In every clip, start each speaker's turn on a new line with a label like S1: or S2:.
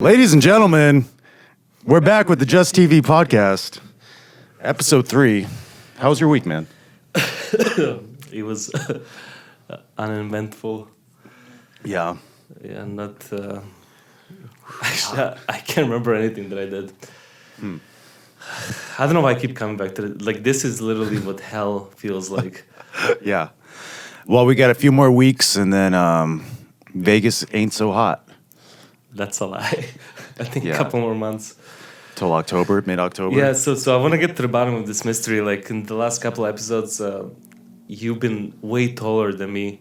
S1: Ladies and gentlemen, we're back with the Just TV podcast, episode three. How was your week, man?
S2: it was uneventful
S1: Yeah.
S2: yeah not uh, actually I, I can't remember anything that i did i don't know why i keep coming back to it like this is literally what hell feels like
S1: Yeah. Well, we got a few more weeks and then um, Vegas ain't so hot
S2: that's a lie i think
S1: Yeah.
S2: a couple more months
S1: till October, mid October.
S2: yeah so so i want to get to the bottom of this mystery like in the last couple episodes uh, you've been way taller than me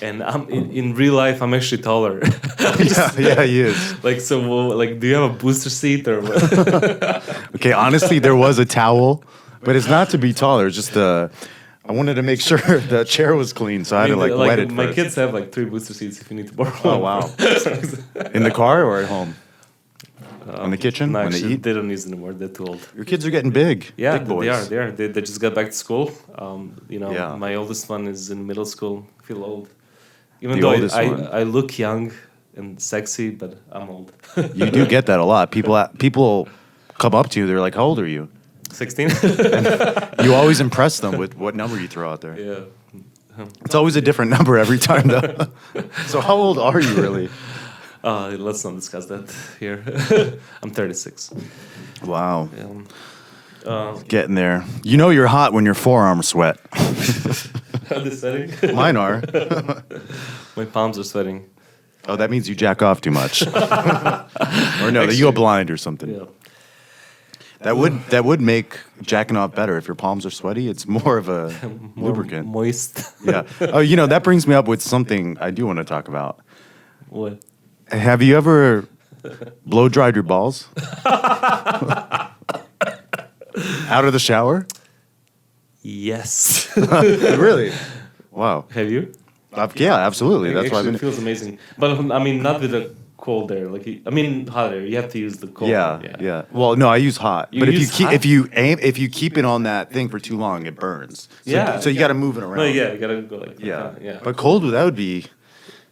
S2: and i'm in, in real life i'm actually taller
S1: yeah, yeah, he is.
S2: like so well, like do you have a booster seat or what
S1: Okay, honestly, there was a towel, but it's not to be taller. It's just uh, I wanted to make sure the chair was clean, so I had
S2: mean,
S1: to like, wet it.
S2: my
S1: first.
S2: kids have like three booster seats if you need to borrow.
S1: Oh wow! In the car or at home?
S2: Uh,
S1: In the kitchen
S2: No,
S1: when they
S2: actually,
S1: eat.
S2: they don't use it anymore. They're too old.
S1: Your kids are getting big.
S2: Yeah,
S1: big
S2: th-
S1: boys.
S2: they are. They are. They, they just got back to school. Um, you know,
S1: Yeah.
S2: my oldest one is in middle school. I feel old, even
S1: The
S2: though
S1: oldest
S2: I,
S1: one.
S2: I I look young and sexy, but I'm old.
S1: You do get that a lot. People people come up to you. They're like, "How old are you?"
S2: Sixteen.
S1: You always impress them with what number you throw out there.
S2: yeah.
S1: It's always a different number every time, though. so how old are you really?
S2: Uh, let's not discuss that here. I'm 36.
S1: Wow,
S2: Um, uh,
S1: getting there. You know you're hot when your forearms sweat.
S2: this setting,
S1: Mine are.
S2: my palms are sweating.
S1: Oh, that means you jack off too much. or no, that you
S2: Actually-
S1: go blind or something.
S2: Yeah.
S1: That would that would make jacking off better if your palms are sweaty. It's more of a
S2: More
S1: lubricant.
S2: Moist.
S1: Yeah. Oh, you know that brings me up with something I do want to talk about.
S2: what?
S1: Have you ever blow dried your balls? Out of the shower?
S2: Yes.
S1: really? Wow.
S2: Have you?
S1: I've- yeah, absolutely. That's
S2: Actually,
S1: why I've
S2: it
S1: been.
S2: feels amazing. But um, I mean, not with the cold air. Like I mean, hot air. You have to use the cold.
S1: Yeah,
S2: air.
S1: yeah, Well, no, I use hot.
S2: You
S1: but if you
S2: use
S1: keep
S2: hot?
S1: if you aim if you keep it on that thing for too long, it burns. So,
S2: Yeah.
S1: So you got to move it around.
S2: No, yeah, you gotta go like that.
S1: Yeah.
S2: yeah.
S1: But cold, that would be.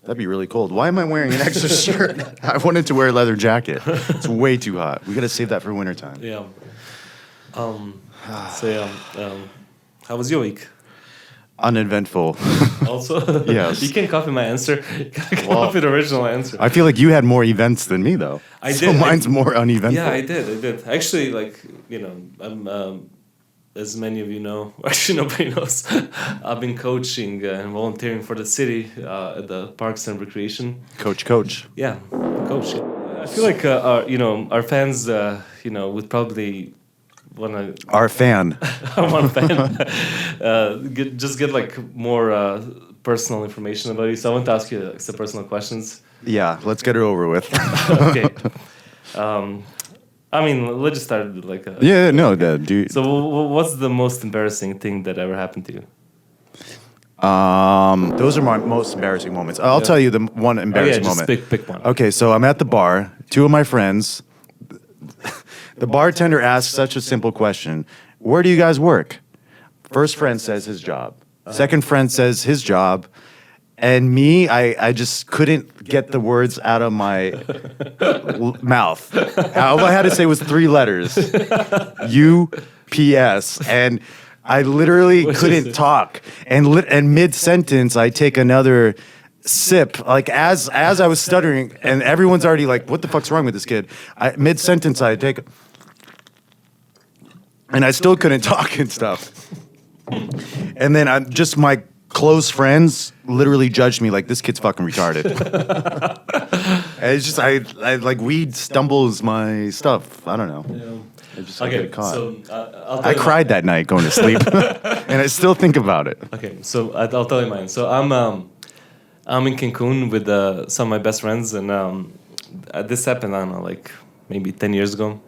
S1: That'd be really cold. Why am I wearing an extra shirt? I wanted to wear a leather jacket. It's way too hot. We got to save that for wintertime.
S2: yeah. Um. so yeah. Um, how was your week?
S1: Uneventful.
S2: Also,
S1: Yes.
S2: you can copy my answer. You gotta copy
S1: Well,
S2: the original answer.
S1: I feel like you had more events than me, though.
S2: I
S1: so
S2: did, I-
S1: mine's more uneventful.
S2: yeah, I did. I did. Actually, like you know, I'm. Um, as many of you know, actually nobody knows, I've been coaching uh, and volunteering for the city uh, at the Parks and Recreation.
S1: Coach, coach.
S2: Yeah, coach. I feel like uh, our, you know, our fans, uh, you know, would probably want to
S1: Our fan.
S2: one fan uh, get, just get like more uh, personal information about you. So I want to ask you like, some personal questions.
S1: Yeah, let's get it over with.
S2: okay. Um, I mean, let's just start with like. A,
S1: yeah, no, the, dude.
S2: So, w- w- what's the most embarrassing thing that ever happened to you?
S1: Um, those are my most embarrassing moments. I'll tell you the m- one
S2: Oh, yeah,
S1: embarrassing
S2: just
S1: moment.
S2: pick, pick one.
S1: Okay, so I'm at the bar. Two of my friends. The bartender asks such a simple question Where do you guys work? First friend says his job. Second friend says his job. And me, I, I just couldn't get the words out of my l- mouth. All I had to say was three letters U P S. And I literally
S2: What is
S1: couldn't
S2: it?
S1: talk. And, lit- and mid sentence, I take another sip like as as i was stuttering and everyone's already like what the fuck's wrong with this kid I, mid-sentence i take and i still couldn't talk and stuff and then i just my close friends literally judged me like this kid's fucking retarded and it's just I, I like weed stumbles my stuff i don't know i just I
S2: Um, Okay,
S1: get caught
S2: so uh, I'll tell
S1: i
S2: you-
S1: cried that night going to sleep and i still think about it
S2: Okay, so I- I'll tell you mine. So I'm um, I'm in Cancun with uh, some of my best friends, and um, uh, this happened I don't know, like maybe ten years ago.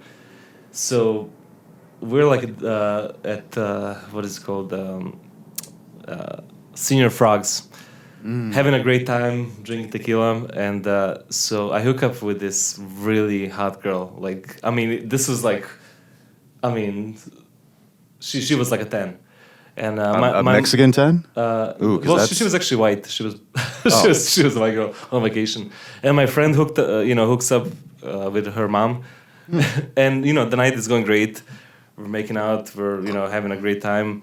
S2: So we're like uh, at uh, what is it called um, uh, Senior Frogs,
S1: Mm.
S2: having a great time drinking tequila, and uh, so I hook up with this really hot girl. Like I mean, this was like, I mean, she she was like a ten. And uh,
S1: A-
S2: my,
S1: a
S2: my,
S1: mexican 10
S2: uh,
S1: Ooh, 'cause
S2: well, she,
S1: that's-
S2: she was actually white. She was,
S1: Oh.
S2: she was, she was a white girl on vacation, and my friend hooked, uh, you know, hooks up uh, with her mom,
S1: Hmm.
S2: and you know the night is going great. We're making out. We're you know having a great time,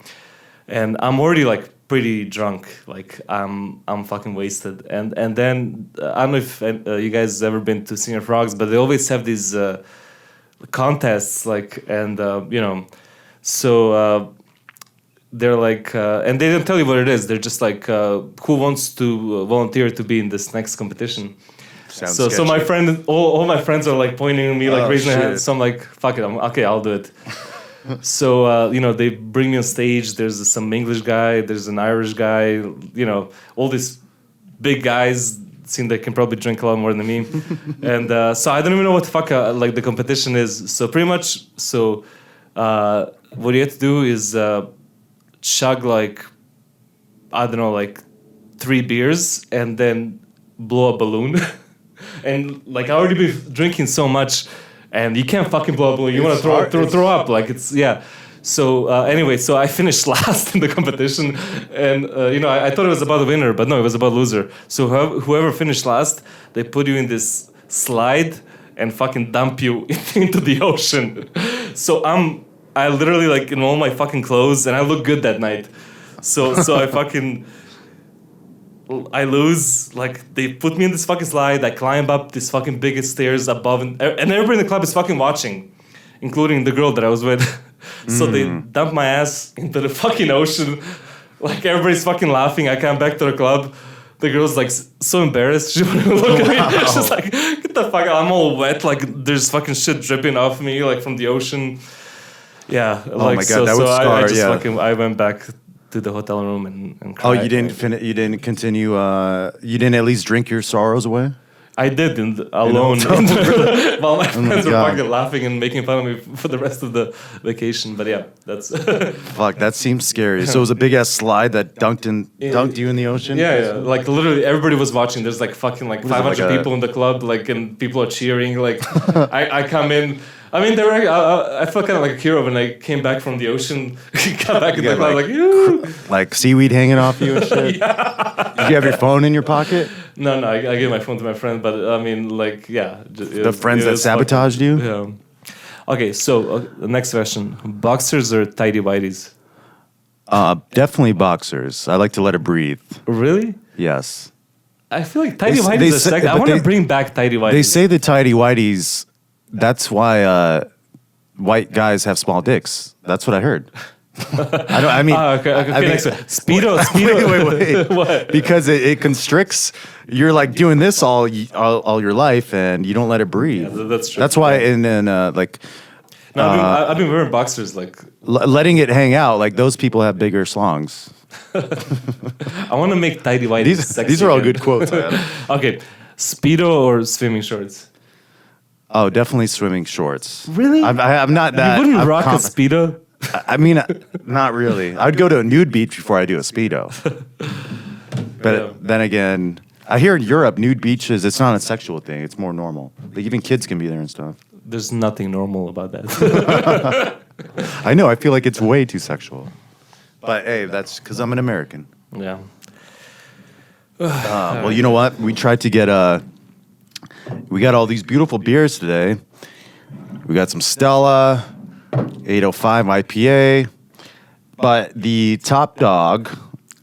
S2: and I'm already like pretty drunk. Like I'm I'm fucking wasted. And and then uh, I don't know if uh, you guys ever been to Singer Frogs, but they always have these uh, contests. Like and uh, you know, so. Uh, they're like, uh, and they do not tell you what it is. They're just like, uh, who wants to uh, volunteer to be in this next competition?
S1: Sounds
S2: so, so my
S1: sketchy.
S2: friend, all, all my friends are like pointing at me, like
S1: Oh,
S2: raising their hands.
S1: shit.
S2: So I'm like, fuck it, I'm okay, I'll do it. so uh, you know, they bring me on stage. There's some English guy, there's an Irish guy. You know, all these big guys seem they can probably drink a lot more than me. and uh, so I don't even know what the fuck uh, like the competition is. So pretty much, so uh, what you have to do is uh, chug like I don't know, like three beers and then blow a balloon. and like I already been drinking so much, and you can't fucking blow a balloon. You want to
S1: It's
S2: throw,
S1: hard-
S2: throw
S1: it's-
S2: throw up like it's yeah. So uh, anyway, so I finished last in the competition, and uh, you know I, I thought it was about the winner, but no, it was about loser. So whoever, whoever finished last, they put you in this slide and fucking dump you into the ocean. So I'm I literally like in all my fucking clothes, and I look good that night. So so I fucking I lose. Like they put me in this fucking slide. I climb up this fucking biggest stairs above, and, and everybody in the club is fucking watching, including the girl that I was with. so they
S1: Mm.
S2: dump my ass into the fucking ocean. Like everybody's fucking laughing. I come back to the club. The girl's like s- so embarrassed. She wouldn't look at me. She's like, "Get the fuck out!" I'm all wet. Like there's fucking shit dripping off me, like from the ocean. Yeah. Oh like,
S1: my God,
S2: so,
S1: that would
S2: so I- I,
S1: scar,
S2: just
S1: yeah.
S2: fucking I went back to the hotel room and, and
S1: Oh,
S2: cried.
S1: you didn't fin- you didn't continue. Uh, you didn't at least drink your sorrows away.
S2: I did in the, alone while my friends were
S1: Oh God.
S2: fucking laughing and making fun of me f- for the rest of the vacation. But yeah, that's yeah,
S1: Fuck, that seems scary. So it was a big ass slide that dunked in,
S2: Yeah.
S1: dunked you in the ocean.
S2: yeah. Like literally everybody was watching. There's like fucking like
S1: is it, like
S2: 500
S1: a-
S2: people in the club, like and people are cheering. Like I, I come in. I mean, they were, I, I- I felt kind of like a hero when I came back from the ocean, got back in
S1: You
S2: the
S1: got,
S2: club,
S1: like,
S2: like, "Yoo."
S1: like seaweed hanging off you and shit. Did you have your phone in your pocket?
S2: no, no, I, I gave my phone to my friend, but I mean, like, yeah,
S1: The friends that sabotaged you.
S2: Yeah. Okay, so uh, the next question: boxers or tidy whities?
S1: Uh, definitely boxers. I like to let it breathe.
S2: Really?
S1: Yes.
S2: I feel like
S1: They
S2: tidy
S1: s-
S2: whities
S1: they
S2: is a
S1: say-
S2: sec- I
S1: but
S2: want to
S1: they-
S2: bring back tidy whities.
S1: They say the tidy whities. That's why uh, white guys have small dicks. That's what I heard. I don't. I mean.
S2: Ah, okay, okay,
S1: I mean-
S2: next one. Speedo, speedo.
S1: wait, wait, wait.
S2: What?
S1: Because it, it constricts. You're like doing this all, y- all all your life, and you don't let it breathe.
S2: Yeah, th- that's true.
S1: That's why in in uh, like
S2: No, I've, been,
S1: Uh,
S2: I- I've been wearing boxers. Like,
S1: l- letting it hang out, like those people have bigger slongs.
S2: I want to make tidy whities.
S1: These
S2: sexy
S1: these are all
S2: again.
S1: good quotes. man.
S2: Okay, speedo or swimming shorts.
S1: oh, definitely swimming shorts.
S2: Really?
S1: I'm, I, I'm not that.
S2: you wouldn't
S1: I'm
S2: rock
S1: com-
S2: a speedo.
S1: I- I mean, uh, not really. I'd go to a nude beach before I do a speedo. But
S2: Yeah.
S1: then again, I hear in Europe nude beaches. It's not a sexual thing. It's more normal. Like even kids can be there and stuff.
S2: There's nothing normal about that.
S1: I know. I feel like it's way too sexual. But hey, that's because I'm an American.
S2: yeah.
S1: Uh, well, you know what? We tried to get uh, we got all these beautiful beers today. We got some Stella, 805 IPA, but the top dog.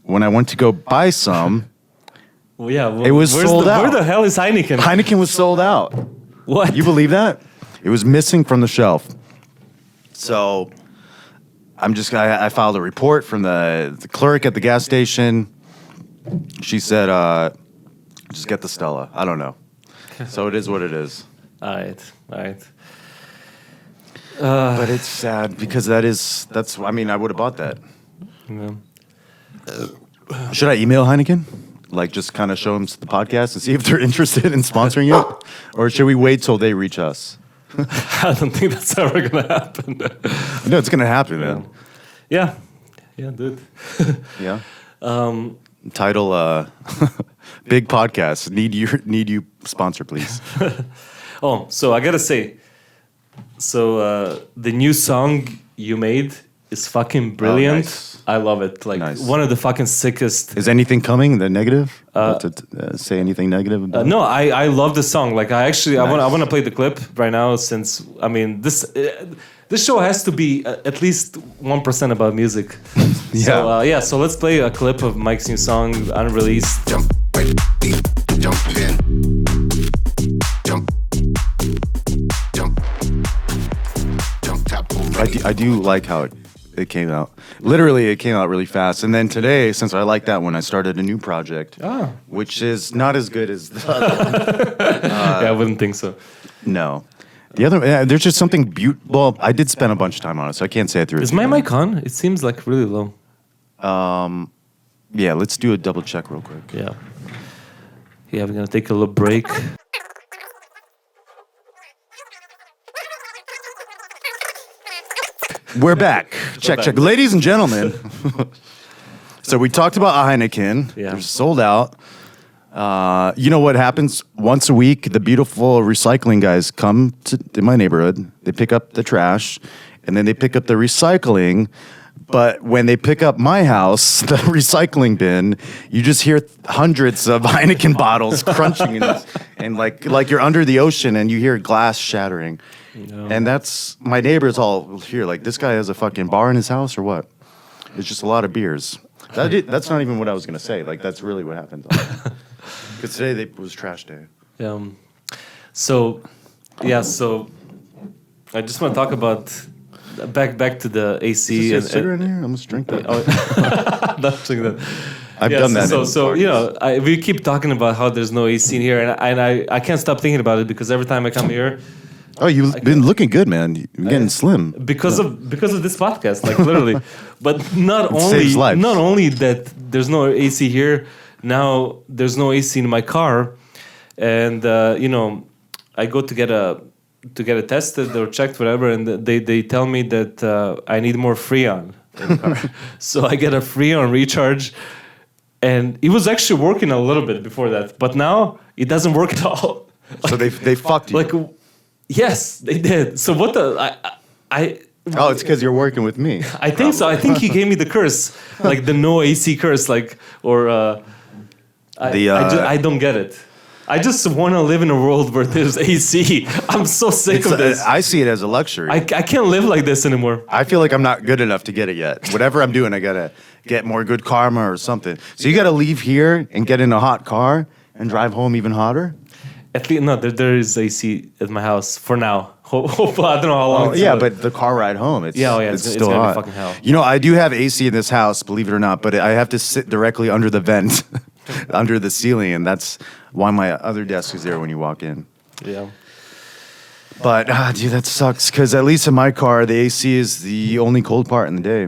S1: When I went to go buy some,
S2: Well, yeah. Well,
S1: It was
S2: where's
S1: sold
S2: the,
S1: out.
S2: Where the hell is Heineken?
S1: Heineken was sold out.
S2: what?
S1: You believe that? It was missing from the shelf. So I'm just I, I filed a report from the, the clerk at the gas station. She said, uh, "Just get the Stella." I don't know. So it is what it is.
S2: all right. All right.
S1: But it's sad because that is that's. I mean, I would have bought that.
S2: Yeah.
S1: Should I email Heineken? Like, just kind of show them the podcast and see if they're interested in sponsoring it, or should we wait till they reach us?
S2: I don't think that's ever gonna happen.
S1: No, it's gonna happen, man.
S2: yeah. Yeah, dude.
S1: Yeah.
S2: Um,
S1: title uh big podcast need you need you sponsor please
S2: Oh, so I gotta say, so uh, the new song you made is fucking brilliant.
S1: nice.
S2: I love it. Like
S1: Nice.
S2: one of the fucking sickest.
S1: Is anything coming? The negative? Not to t- uh, say anything negative about
S2: Uh, no, I, I love the song. Like I actually I want I
S1: Nice.
S2: want to play the clip right now since I mean this uh, this show has to be uh, at least one percent about music. So,
S1: Yeah.
S2: uh, yeah. So let's play a clip of Mike's new song, unreleased.
S3: jump right in, jump in, jump, jump, jump tap
S1: I
S3: already.
S1: do, I do like how it, it came out. Literally, it came out really fast. And then today, since I like that one, I started a new project,
S2: Ah.
S1: which is not as good as the other.
S2: yeah, I wouldn't think so.
S1: no. The other, yeah, there's just something beautiful. Well, I did spend a bunch of time on it, so I can't say it through.
S2: Is my mic on? It seems like really low.
S1: Yeah, let's do a double check real quick.
S2: Yeah. Yeah, we're gonna take a little break.
S1: We're back. Check, check. Ladies and gentlemen. so we talked about Heineken.
S2: Yeah.
S1: They're sold out. Uh, you know what happens? Once a week, the beautiful recycling guys come to, to my neighborhood. They pick up the trash and then they pick up the recycling. But when they pick up my house, the recycling bin, you just hear th- hundreds of Heineken bottles crunching and, and like like you're under the ocean and you hear glass shattering. And that's my neighbors all here. Like this guy has a fucking bar in his house or what? It's just a lot of beers. That i- that's not even what I was gonna say. Like that's really what happened. Because today they, was trash day.
S2: Um, so, yeah. So, I just want to talk about back back to the AC.
S1: Is there
S2: and-
S1: in here? I must drink that.
S2: oh, not doing that.
S1: I've
S2: Yeah,
S1: done
S2: so-
S1: that.
S2: So,
S1: in
S2: so
S1: parties.
S2: you know, I, we keep talking about how there's no AC in here, and, I- and I, I can't stop thinking about it because every time I come here,
S1: Oh, you've been looking good, man. You're getting slim.
S2: because of because of this podcast, like literally. but not only
S1: saves lives.
S2: not only that there's no AC here now, there's no AC in my car, and uh, you know, I go to get a to get it tested or checked, whatever, and they they tell me that uh, I need more Freon, in the car. so I get a Freon recharge. And it was actually working a little bit before that, but now it doesn't work at all.
S1: So they they fucked you.
S2: Like, yes, they did. So what the I I- I
S1: oh, it's because you're working with me.
S2: I think so. I think he gave me the curse, like the no AC curse, like or uh, I,
S1: The,
S2: I, ju-
S1: uh,
S2: I don't get it. I just want to live in a world where there's AC. I'm so sick
S1: It's,
S2: of
S1: uh,
S2: this. I,
S1: I see it as a luxury.
S2: I,
S1: I,
S2: can't live like this anymore.
S1: feel like I'm not good enough to get it yet. Whatever I'm doing, I gotta get more good karma or something. So you gotta leave here and get in a hot car and drive home even hotter.
S2: At least no, there, there is AC at my house for now. Ho- Hopefully, I don't know how long.
S1: Oh,
S2: it's
S1: yeah,
S2: gonna-
S1: but the car ride home, it's,
S2: Yeah, oh, yeah,
S1: it's,
S2: it's- it's
S1: still
S2: gonna be
S1: hot.
S2: fucking hell.
S1: You know, I do have AC in this house, believe it or not, but I have to sit directly under the vent, under the ceiling, and that's why my other desk is there when you walk in.
S2: yeah.
S1: But, ah, dude, that sucks, because at least in my car, the AC is the only cold part in the day.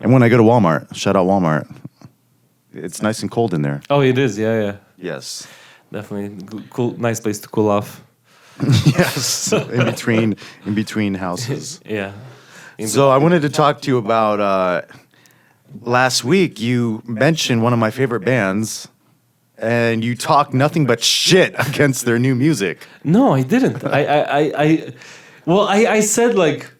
S1: And when I go to Walmart, shout out Walmart, it's nice and cold in there.
S2: Oh, it is. Yeah, yeah,
S1: Yes.
S2: definitely. G- Cool, nice place to cool off.
S1: Yes. in between, in between houses.
S2: Yeah. In
S1: So I wanted to talk to you about uh, last week. You mentioned one of my favorite bands, and you talked nothing but shit against their new music.
S2: No, I didn't. I, I, I, I well, I, I said like,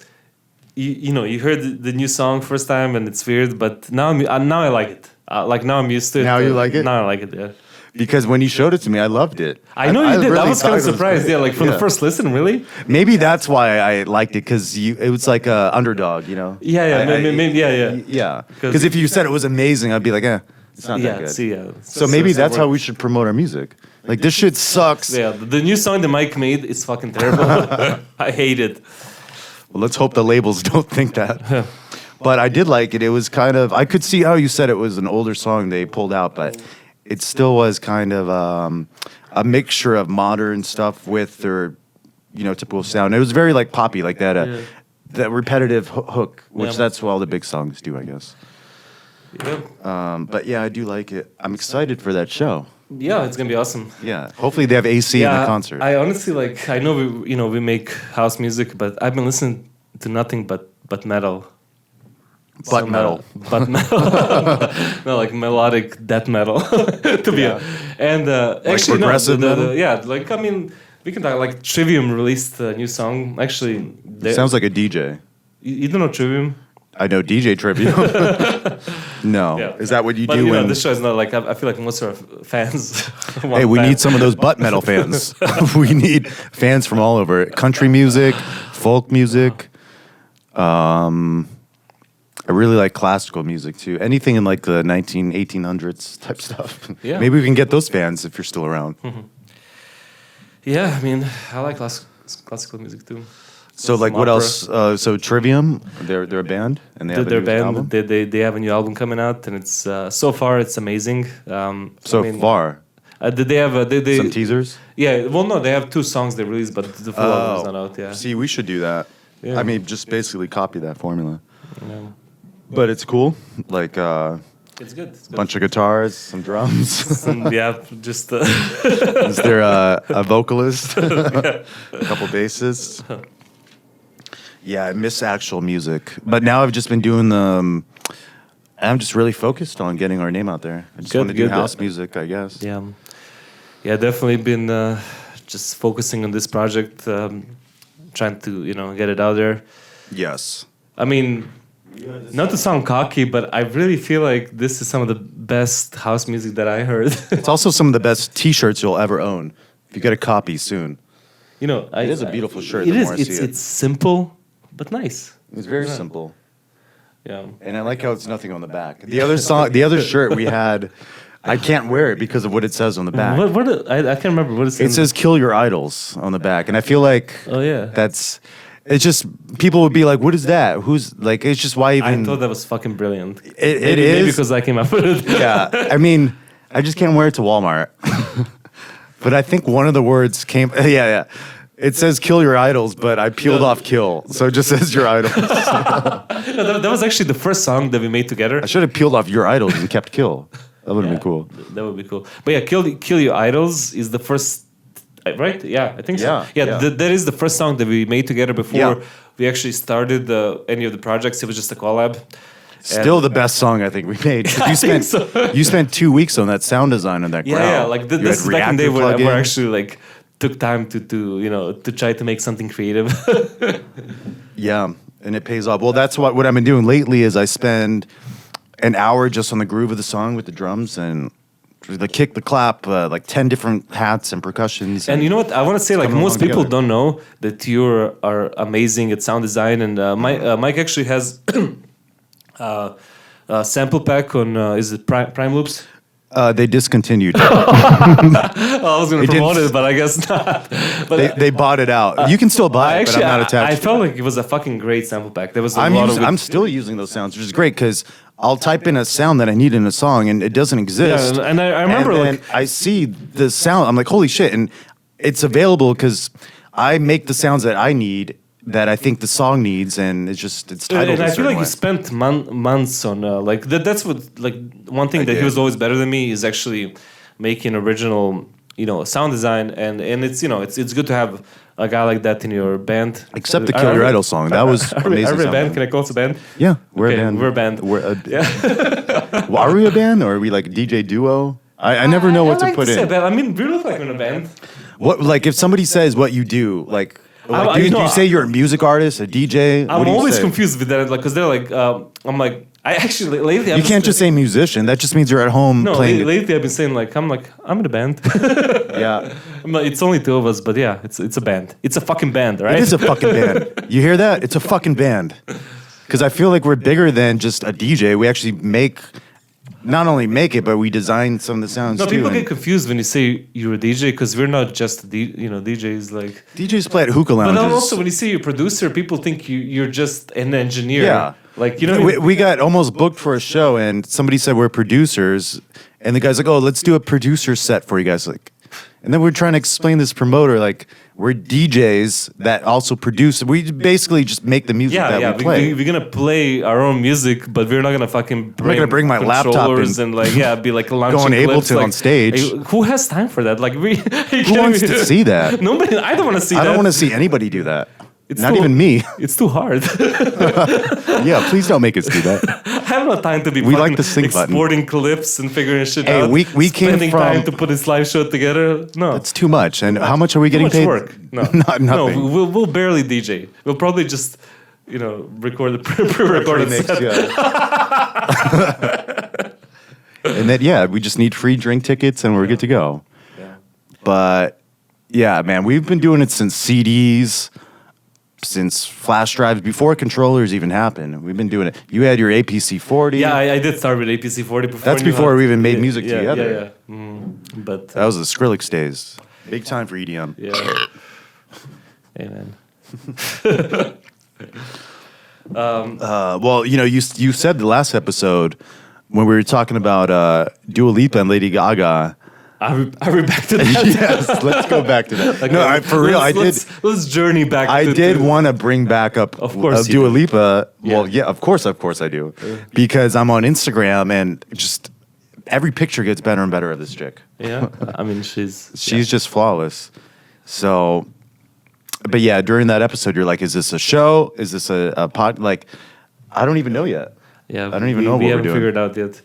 S2: you, you know, you heard the, the new song first time and it's weird, but now I'm, uh, now I like it. Uh, like now I'm used to it.
S1: Now you
S2: Uh,
S1: like it?
S2: Now I like it. Yeah.
S1: Because when you showed it to me, I loved it.
S2: I know you did. I
S1: really
S2: was kind of
S1: thought it
S2: surprised.
S1: great.
S2: Yeah, like for the
S1: Yeah.
S2: first listen, really.
S1: Maybe that's why I liked it because you. It was like a underdog, you know.
S2: Yeah, yeah,
S1: I-
S2: may-
S1: I-
S2: may- may- yeah, yeah.
S1: yeah.
S2: 'Cause-
S1: Because if you said it was amazing, I'd be like, eh, it's not that
S2: yeah.
S1: good.
S2: See, yeah.
S1: so maybe
S2: it's-
S1: that's how we should promote our music. Like this shit sucks.
S2: Yeah, the the new song that Mike made is fucking terrible. I hate it.
S1: Well, let's hope the labels don't think that. but I did like it. It was kind of I could see how you said it was an older song they pulled out, but it still was kind of um, a mixture of modern stuff with their you know typical sound. It was very like poppy, like that uh,
S2: Yeah.
S1: that repetitive ho- hook, which
S2: Yeah.
S1: that's what all the big songs do, I guess.
S2: Yeah.
S1: Um, but yeah, I do like it. I'm excited for that show.
S2: yeah, it's gonna be awesome.
S1: Yeah, hopefully they have AC in the concert.
S2: I honestly like. I know we, you know, we make house music, but I've been listening to nothing but but metal.
S1: But metal.
S2: but metal, no, like melodic death metal, to be
S1: Yeah.
S2: honest. And uh, actually, no,
S1: progressive
S2: the- the-
S1: metal?
S2: the- yeah, like I mean, we can talk. Like Trivium released a new song. Actually, they,
S1: Sounds like a DJ.
S2: you, you don't know Trivium.
S1: I know DJ Tribune. no,
S2: Yeah.
S1: is that what you
S2: But
S1: do
S2: you know,
S1: when?
S2: this show is not like I, I feel like most of our f- fans.
S1: Hey, we need some of those butt metal fans. we need fans from all over country music, folk music. Um, I really like classical music too. Anything in like the 19, 1800s type stuff.
S2: Yeah. Mm-hmm.
S1: Maybe we can get those fans if you're still around.
S2: Yeah, I mean, I like class- classical music too.
S1: so,
S2: Some
S1: like, what
S2: opera.
S1: else? Uh, so, Trivium, they're, they're a band and they
S2: Their,
S1: have
S2: their
S1: a band.
S2: band,
S1: Album?
S2: They, they they have a new album coming out, and it's uh, so far it's amazing. Um, I
S1: so
S2: mean,
S1: far,
S2: uh, did they have uh, they, they
S1: some teasers. Oh,
S2: Yeah, well, no, they have two songs they released, but the full album's not out. Yeah,
S1: See, we should do that.
S2: Yeah.
S1: I mean, just basically copy that formula.
S2: Yeah.
S1: But it's cool. Like, uh,
S2: Um, it's good. It's good.
S1: bunch of guitars, some drums.
S2: And, yeah, just uh,
S1: Is there a, a vocalist? a couple bassists? Yeah, I miss actual music. But now I've just been doing the. Um, I'm just really focused on getting our name out there. I just
S2: Good,
S1: want to do
S2: good.
S1: house music, I guess.
S2: yeah, um, yeah, definitely been uh, just focusing on this project, um, trying to you know get it out there.
S1: Yes.
S2: I mean, not to sound cocky, but I really feel like this is some of the best house music that I heard.
S1: It's also some of the best T-shirts you'll ever own. If you get a copy soon,
S2: you know, I,
S1: It is a beautiful shirt,
S2: It
S1: the
S2: is.
S1: more I see
S2: It's
S1: it.
S2: it's simple but nice.
S1: it's very simple.
S2: Yeah.
S1: And I like how it's nothing on the back. The other song, the other shirt we had, I can't wear it because of what it says on the back.
S2: What, what I, I can't remember what it
S1: It
S2: says.
S1: says "kill your idols" on the back, and I feel like
S2: Oh, yeah.
S1: that's it's just people would be like, "What is that? Who's like?" It's just why
S2: I
S1: even
S2: thought that was fucking brilliant. It
S1: it, it
S2: maybe, maybe
S1: is.
S2: because I came up with it.
S1: yeah, I mean, I just can't wear it to Walmart. but I think one of the words came. Yeah, yeah. It says "kill your idols," but I peeled off "kill," so it just says "your idols."
S2: No, that, that was actually the first song that we made together.
S1: I should have peeled off "your idols" and kept "kill." That would have
S2: Yeah,
S1: been cool.
S2: th- That would be cool. But yeah, kill kill your idols is the first, uh, right? Yeah, I think so.
S1: Yeah,
S2: yeah.
S1: yeah.
S2: th- that is the first song that we made together before
S1: Yeah.
S2: we actually started uh, any of the projects. It was just a collab.
S1: Still the best song I think we made. You
S2: think
S1: spent
S2: so.
S1: you spent two weeks on that sound design on that.
S2: Yeah,
S1: growl.
S2: yeah. Like th-
S1: You
S2: this
S1: had
S2: is back in the day
S1: reactor
S2: where, where
S1: plugins.
S2: actually like took time to to you know to try to make something creative.
S1: Yeah, and it pays off. Well, that's what what I've been doing lately is I spend an hour just on the groove of the song with the drums and the kick, the clap, uh, like ten different hats and percussions.
S2: And you know what? I want to say, like
S1: coming
S2: most
S1: along
S2: people
S1: together.
S2: don't know that you are amazing at sound design, and uh, Mike, uh, Mike actually has uh, a sample pack on uh, is it Prime, Prime Loops?
S1: uh, they discontinued.
S2: Oh, I was going to
S1: didn't-
S2: promote it, but I guess not. But
S1: they, they bought it out. You can still buy
S2: I
S1: it,
S2: actually,
S1: but I'm
S2: I,
S1: not attached.
S2: I
S1: to
S2: felt
S1: it.
S2: like it was a fucking great sample pack. There was a
S1: I'm,
S2: lot
S1: using-
S2: of.
S1: I'm still using those sounds, which is great because I'll type in a sound that I need in a song and it doesn't exist.
S2: and- and I- I remember,
S1: and then
S2: like-
S1: I see the sound. I'm like, holy shit! And it's available because I make the sounds that I need that I think the song needs, and it's just it's titled.
S2: and
S1: a
S2: I feel
S1: certain
S2: like
S1: way.
S2: he spent mon- months on uh, like that. That's what like one thing that he
S1: did.
S2: was always better than me is actually making original, you know, sound design. And and it's you know it's it's good to have a guy like that in your band.
S1: Except the
S2: Are-
S1: Kill
S2: are
S1: Your
S2: we-
S1: Idol song. That was
S2: Are we,
S1: amazing.
S2: are we a
S1: sound.
S2: band? Can I call us a band?
S1: Yeah, we're
S2: Okay,
S1: a band.
S2: we're a band.
S1: We're a, Well, are we a band or are we like a DJ duo? I, I never know what
S2: Uh, I
S1: to
S2: like
S1: put
S2: to say
S1: in.
S2: Band. I mean, we look like we're in a band.
S1: What like if somebody says what you do, like, like,
S2: I-
S1: do, you,
S2: you know,
S1: do you say you're a music artist, a DJ? What
S2: I'm
S1: do you
S2: always
S1: say?
S2: confused with that, like, cause they're like, um, I'm like, I actually lately I'm
S1: You can't just say musician. That just means you're at home
S2: no.
S1: playing.
S2: la- lately I've been saying like, I'm like, I'm in a band.
S1: yeah,
S2: I'm like, it's only two of us, but yeah, it's it's a band. It's a fucking band, right?
S1: it is a fucking band. You hear that? It's a fucking band. Because I feel like we're bigger than just a DJ. We actually make, not only make it, but we design some of the sounds
S2: no,
S1: too.
S2: people
S1: and-
S2: get confused when you say you're a DJ because we're not just D, you know DJs like.
S1: DJs play at hookah
S2: But
S1: lounges.
S2: then also when you say you're a producer, people think you you're just an engineer.
S1: Yeah.
S2: like you know. what I
S1: we,
S2: mean?
S1: we got almost booked for a show, and somebody said we're producers, and the guy's like, "Oh, let's do a producer set for you guys." Like, and then we're trying to explain this promoter like we're DJs that also produce. We basically just make the music
S2: yeah,
S1: that
S2: yeah,
S1: we play.
S2: are gonna play our own music, but we're not gonna fucking. Bring
S1: gonna bring my laptop
S2: controllers
S1: and
S2: and like yeah, be like launching clips,
S1: Ableton
S2: like,
S1: on stage.
S2: hey, who has time for that? Like we.
S1: Who wants to see that?
S2: Nobody. I don't want to see
S1: I
S2: that.
S1: don't want to see anybody do that.
S2: It's
S1: Not
S2: too-
S1: even me.
S2: It's too hard.
S1: yeah, please don't make us do that.
S2: I have no time to be
S1: We like
S2: fucking
S1: the sync button.
S2: exporting clips and figuring shit
S1: Hey,
S2: out.
S1: we- we came
S2: spending time to
S1: from-
S2: put this live show together. No,
S1: It's too much. And how much are we
S2: too
S1: getting
S2: much
S1: paid?
S2: work. No,
S1: Not nothing.
S2: No, we'll, we'll barely DJ. We'll probably just you know, record the pre-recorded
S1: Remix,
S2: set.
S1: yeah. and then yeah, we just need free drink tickets and we're good to go.
S2: Yeah.
S1: But yeah, man, we've been doing it since CDs, since flash drives, before controllers even happened. We've been doing it. You had your APC forty.
S2: Yeah, I, I did start with APC 40 before.
S1: That's
S2: anyone-
S1: before we even made music
S2: yeah,
S1: together.
S2: Yeah, yeah. Mm, but
S1: that was the Skrillex days. Big time for E EDM.
S2: yeah. Amen.
S1: Uh, well, you know, you you said the last episode when we were talking about uh, Dua Lipa and Lady Gaga.
S2: Are we, are we back to that?
S1: yes, let's go back to that. no, I, for real, I
S2: Let's-
S1: did.
S2: Let's, let's journey back.
S1: I
S2: to,
S1: did
S2: to-
S1: want to bring back up
S2: Of course
S1: of
S2: you
S1: Dua Lipa.
S2: Yeah.
S1: Well, yeah, of course, of course I do, because I'm on Instagram and just every picture gets better and better of this chick.
S2: Yeah, I mean, she's
S1: She's just flawless. So, but yeah, during that episode, you're like, is this a show? Is this a, a pod? Like, I don't even know yet.
S2: Yeah,
S1: I don't even
S2: we,
S1: know what
S2: we
S1: we're
S2: haven't
S1: doing.
S2: figured out yet.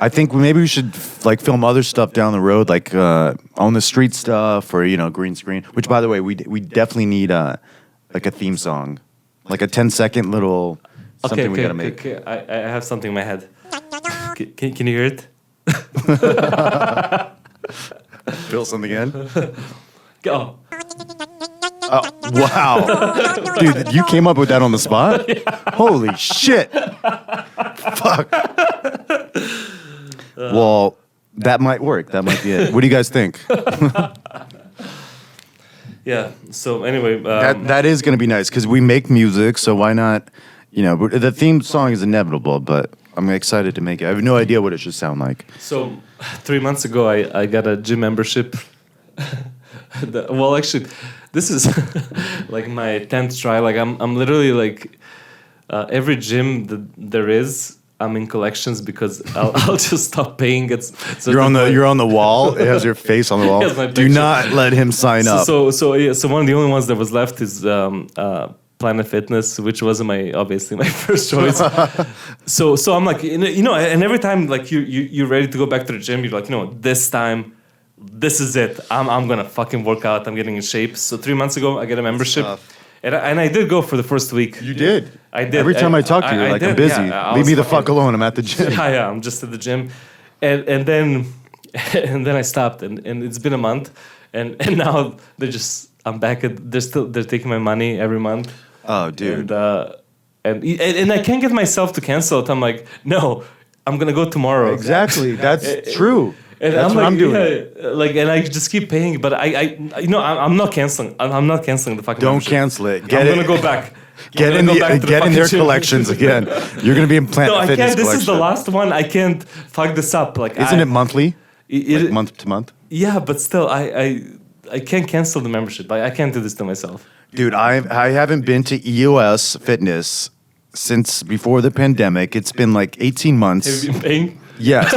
S1: I think maybe we should like film other stuff down the road, like uh, on the street stuff or you know green screen. Which, by the way, we we definitely need uh, like a theme song, like a 10 second little something
S2: okay,
S1: we
S2: okay,
S1: gotta make.
S2: okay, okay. I, I have something in my head. Can, can, can you hear it?
S1: Fill something in.
S2: Go.
S1: Oh, wow, dude, you came up with that on the spot. Holy shit! Fuck. Well, that might work. That might be it. What do you guys think?
S2: Yeah. So anyway, um,
S1: that that is going to be nice because we make music, so why not? You know, but the theme song is inevitable, but I'm excited to make it. I have no idea what it should sound like.
S2: so three months ago, I, I got a gym membership. The- well, actually, this is like my tenth try. Like I'm I'm literally like uh, every gym that there is. I'm in collections because I'll, I'll just stop paying. It's so
S1: You're on the you're on the wall. It has your face on the
S2: Yes, my
S1: wall. Do
S2: picture.
S1: not let him sign
S2: So,
S1: up.
S2: so so yeah, so one of the only ones that was left is um, uh, Planet Fitness, which wasn't my obviously my first choice. so so I'm like you know- you know, and every time like you you you're ready to go back to the gym, you're like you know this time. This is it. I'm, I'm gonna fucking work out. I'm getting in shape. So three months ago, I get a membership,
S1: tough.
S2: and I, and I did go for the first week.
S1: you did.
S2: I did.
S1: Every time I,
S2: I-
S1: talk to you,
S2: I-
S1: you're
S2: I
S1: like I'm
S2: did,
S1: busy.
S2: yeah, I- I
S1: Leave me
S2: was
S1: the fuck alone. I'm at the gym.
S2: yeah, yeah, I'm just at the gym, and and then and then I stopped, and, and it's been a month, and and now they're just I'm back at they're still they're taking my money every month,
S1: Oh, dude.
S2: and uh, and and and I can't get myself to cancel it. I'm like, no, I'm gonna go tomorrow.
S1: Exactly. That's true.
S2: And
S1: That's
S2: I'm
S1: what
S2: like,
S1: I'm doing.
S2: yeah, like, and I just keep paying, but I, I you know, I'm, I'm not canceling. I'm, I'm not canceling the fucking.
S1: Don't
S2: membership.
S1: cancel it.
S2: I'm
S1: Get
S2: gonna
S1: it.
S2: go back.
S1: Get
S2: I'm
S1: in
S2: gonna
S1: the,
S2: go back to
S1: get in
S2: fucking
S1: their
S2: gym.
S1: collections again. You're gonna be in Planet
S2: No, I
S1: Fitness
S2: can't. This
S1: collection.
S2: is the last one. I can't fuck this up. Like,
S1: Isn't
S2: I,
S1: it monthly?
S2: It- it-
S1: Like month to month.
S2: Yeah, but still, I I, I can't cancel the membership. I, I can't do this to myself.
S1: Dude, I I haven't been to EOS Fitness since before the pandemic. It's been like 18
S2: Have
S1: months.
S2: you been paying?
S1: Yes.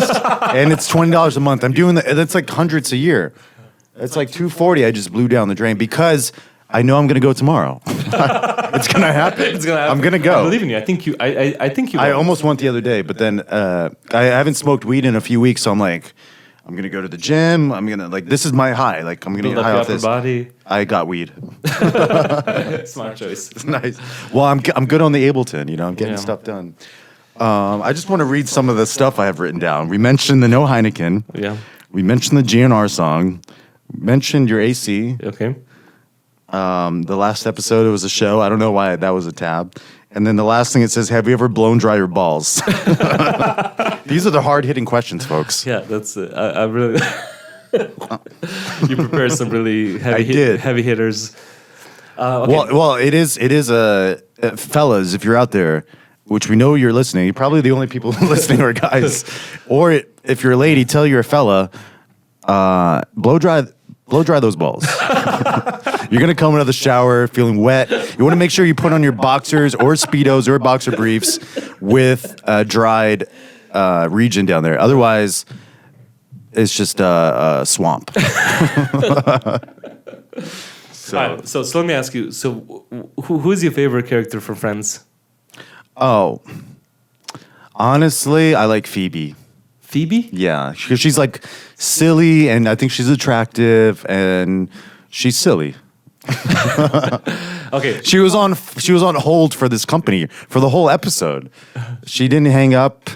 S1: and it's $20 a month. I'm doing that that's like hundreds a year. That's like 240 I just blew down the drain because I know I'm going to go tomorrow. it's going to happen.
S2: It's gonna happen.
S1: I'm going to
S2: I
S1: go.
S2: believe in you. I think you. I I, I think you.
S1: I
S2: will.
S1: almost went the other day, but then uh, I haven't smoked weed in a few weeks, so I'm like, I'm gonna go to the gym. I'm gonna like this is my high. Like I'm gonna
S2: build
S1: get
S2: up
S1: high
S2: your
S1: off
S2: upper
S1: this.
S2: body.
S1: I got weed.
S2: Smart choice.
S1: nice. Well, I'm I'm good on the Ableton. You know, I'm getting
S2: Yeah.
S1: stuff done. Um, I just want to read some of the stuff I have written down. We mentioned the No Heineken.
S2: Yeah.
S1: We mentioned the GNR song. Mentioned your AC.
S2: Okay.
S1: Um, the last episode it was a show. I don't know why that was a tab. And then the last thing it says, "Have you ever blown dry your balls?" These are the hard hitting questions, folks.
S2: Yeah, that's. Uh, I, I really. you prepared some really heavy.
S1: I
S2: hit-
S1: did.
S2: heavy hitters. Uh, okay.
S1: Well, well, it is it is a uh, fellas. If you're out there, which we know you're listening, you're probably the only people listening are guys. Or it, if you're a lady, tell your fella, uh, blow dry, blow dry those balls. you're gonna come out of the shower feeling wet. You want to make sure you put on your boxers or speedos or boxer briefs with a dried uh, region down there. Otherwise, it's just a, a swamp.
S2: so. so so let me ask you. So wh- who who's your favorite character from Friends?
S1: Oh, honestly, I like Phoebe.
S2: Phoebe.
S1: Yeah, she- she's like silly, and I think she's attractive, and she's silly.
S2: Okay.
S1: She was on she was on hold for this company for the whole episode. She didn't hang up.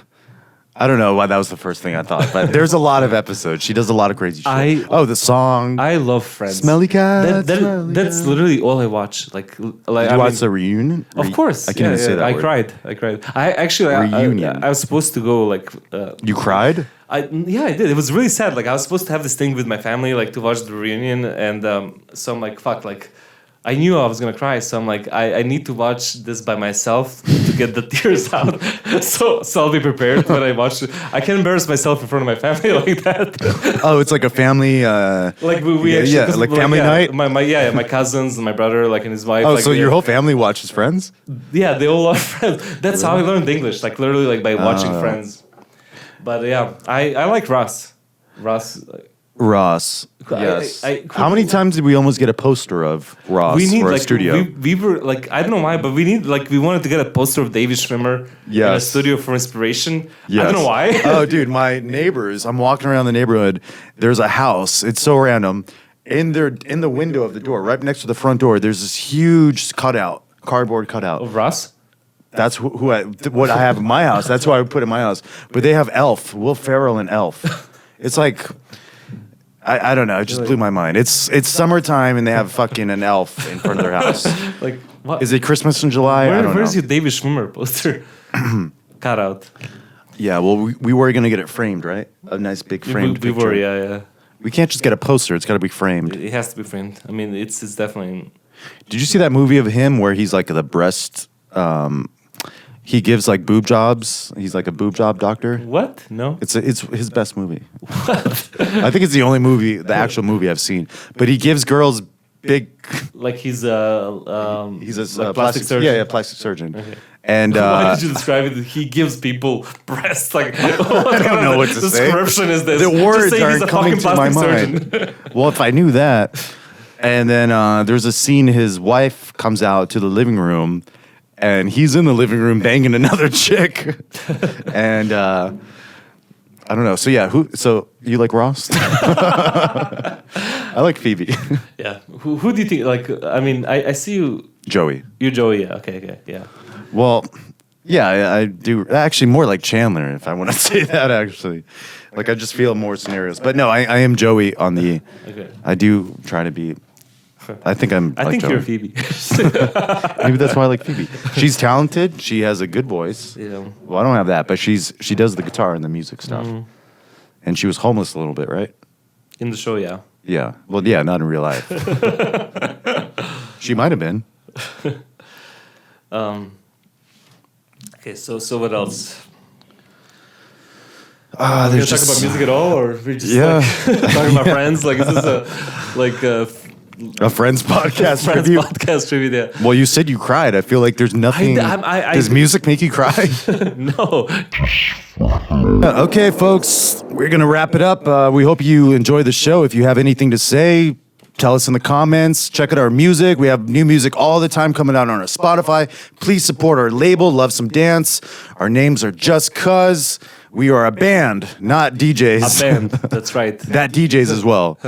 S1: I don't know why that was the first thing I thought, but there's a lot of episodes. She does a lot of crazy shit.
S2: I-
S1: oh, the song.
S2: I love Friends.
S1: Smelly cat,
S2: That, that-
S1: smelly
S2: that's
S1: cat.
S2: literally all I watch. Like, l- like
S1: Did you
S2: I
S1: watch
S2: mean-
S1: the reunion? Re-
S2: Of course,
S1: I can't
S2: yeah,
S1: even say
S2: yeah,
S1: that.
S2: I
S1: word.
S2: cried. I cried. I actually, I, I,
S1: Reunion.
S2: I was supposed to go like. Uh,
S1: You cried?
S2: I yeah, I did. It was really sad. Like I was supposed to have this thing with my family, like to watch the reunion, and um, so I'm like, fuck, like. I knew I was gonna cry, so I'm like, I, I need to watch this by myself to get the tears out. So so I'll be prepared when I watch it. I can't embarrass myself in front of my family like that.
S1: Oh, it's like a family. Uh,
S2: like we, we
S1: Yeah,
S2: actually
S1: yeah,
S2: 'cause,
S1: like family
S2: yeah,
S1: night?
S2: My, my yeah, yeah, my cousins and my brother, like and his wife.
S1: oh,
S2: like,
S1: so
S2: they-
S1: your whole family watches Friends?
S2: yeah, they all are friends. That's how I learned English, like literally like by watching
S1: Ah.
S2: Friends. But yeah, I, I like Russ. Russ. uh,
S1: Ross.
S2: I-
S1: Yes.
S2: I- I-
S1: How many times did we almost get a poster of Ross
S2: we need
S1: for a
S2: like
S1: studio?
S2: We, we were like I don't know why, but we need like we wanted to get a poster of David Schwimmer in a
S1: Yes.
S2: studio for inspiration.
S1: Yes.
S2: I don't know why.
S1: oh, dude, my neighbors. I'm walking around the neighborhood. There's a house. It's so random. In their in the window of the door, right next to the front door, there's this huge cutout, cardboard cutout.
S2: of Russ.
S1: That's who, who I th- what I have in my house. That's what I would put in my house. But they have Elf, Will Ferrell and Elf. It's like. I, I don't know. It just blew my mind. It's it's summertime and they have fucking an elf in front of their house.
S2: Like what?
S1: Is it Christmas in July? I
S2: where,
S1: don't know.
S2: where's your David Schwimmer poster? Cut out.
S1: Yeah, well, we, we were gonna get it framed, right? A nice big
S2: We,
S1: framed
S2: we
S1: picture.
S2: were yeah yeah.
S1: We can't just get a poster; it's got to be framed.
S2: It has to be framed. I mean, it's it's definitely
S1: Did you see that movie of him where he's like the breast? Um, he gives like boob jobs. He's like a boob job doctor.
S2: what? No.
S1: It's it's his best movie. I think it's the only movie, the actual movie I've seen. But he gives girls big.
S2: like he's a um,
S1: He's a uh,
S2: like plastic surgeon.
S1: Yeah, yeah, plastic surgeon. And
S2: Why
S1: uh,
S2: did you describe it? He gives people breasts. Like I
S1: don't know what to say.
S2: description is this?
S1: the
S2: Just
S1: words
S2: say he's
S1: aren't
S2: a
S1: coming
S2: fucking
S1: to my
S2: plastic
S1: mind. well, if I knew that. And then uh, there's a scene his wife comes out to the living room, and he's in the living room banging another chick. and uh, I don't know. So yeah, who? So you like Ross? I like Phoebe,
S2: Yeah. Who, who do you think? Like I mean, I, I see you.
S1: Joey.
S2: You're Joey. Yeah. Okay. Okay. Yeah.
S1: Well, yeah, I, I do. Actually, more like Chandler, if I want to say that. Actually, like I just feel more scenarios. But no, I, I am Joey on the.
S2: Okay.
S1: I do try to be. I think I'm.
S2: I
S1: like
S2: think
S1: Joey.
S2: you're Phoebe.
S1: Maybe that's why I like Phoebe. She's talented. She has a good voice.
S2: Yeah.
S1: Well, I don't have that, but she's she does the guitar and the music stuff.
S2: Mm-hmm.
S1: And she was homeless a little bit, right?
S2: In the show, yeah.
S1: Yeah. Well, yeah, not in real life. she might have been.
S2: Okay. So so what else?
S1: Ah,
S2: Can
S1: there's
S2: we talk
S1: just
S2: about music at all, or we just
S1: Yeah.
S2: like, talking about friends? Like is this a like a
S1: a Friends podcast
S2: friends
S1: review.
S2: podcast trivia?
S1: well, you said you cried. I feel like there's nothing.
S2: I'm- I- I-
S1: does music make you cry?
S2: No.
S1: Uh, okay, folks, we're going to wrap it up. Uh, we hope you enjoy the show. If you have anything to say, tell us in the comments. Check out our music. We have new music all the time coming out on our Spotify. Please support our label, Love Some Dance. Our names are Just Cuz. We are a band, not
S2: A
S1: DJs.
S2: band. That's right.
S1: that DJs as well.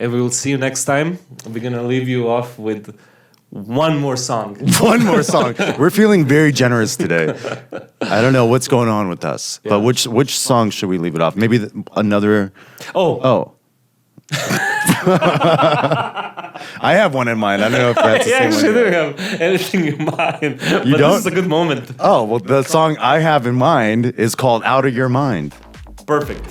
S2: and we will see you next time. We're gonna leave you off with one more song.
S1: One more song. We're feeling very generous today. I don't know what's going on with us, but
S2: Yeah.
S1: which which song should we leave it off? Maybe th- another
S2: Oh,
S1: Oh. I have one in mind. I don't know if that's the
S2: you
S1: same
S2: actually
S1: one.
S2: didn't have anything in mind. but
S1: don't?
S2: this is a good moment.
S1: Oh, well, the song I have in mind is called Out of Your Mind.
S2: Perfect.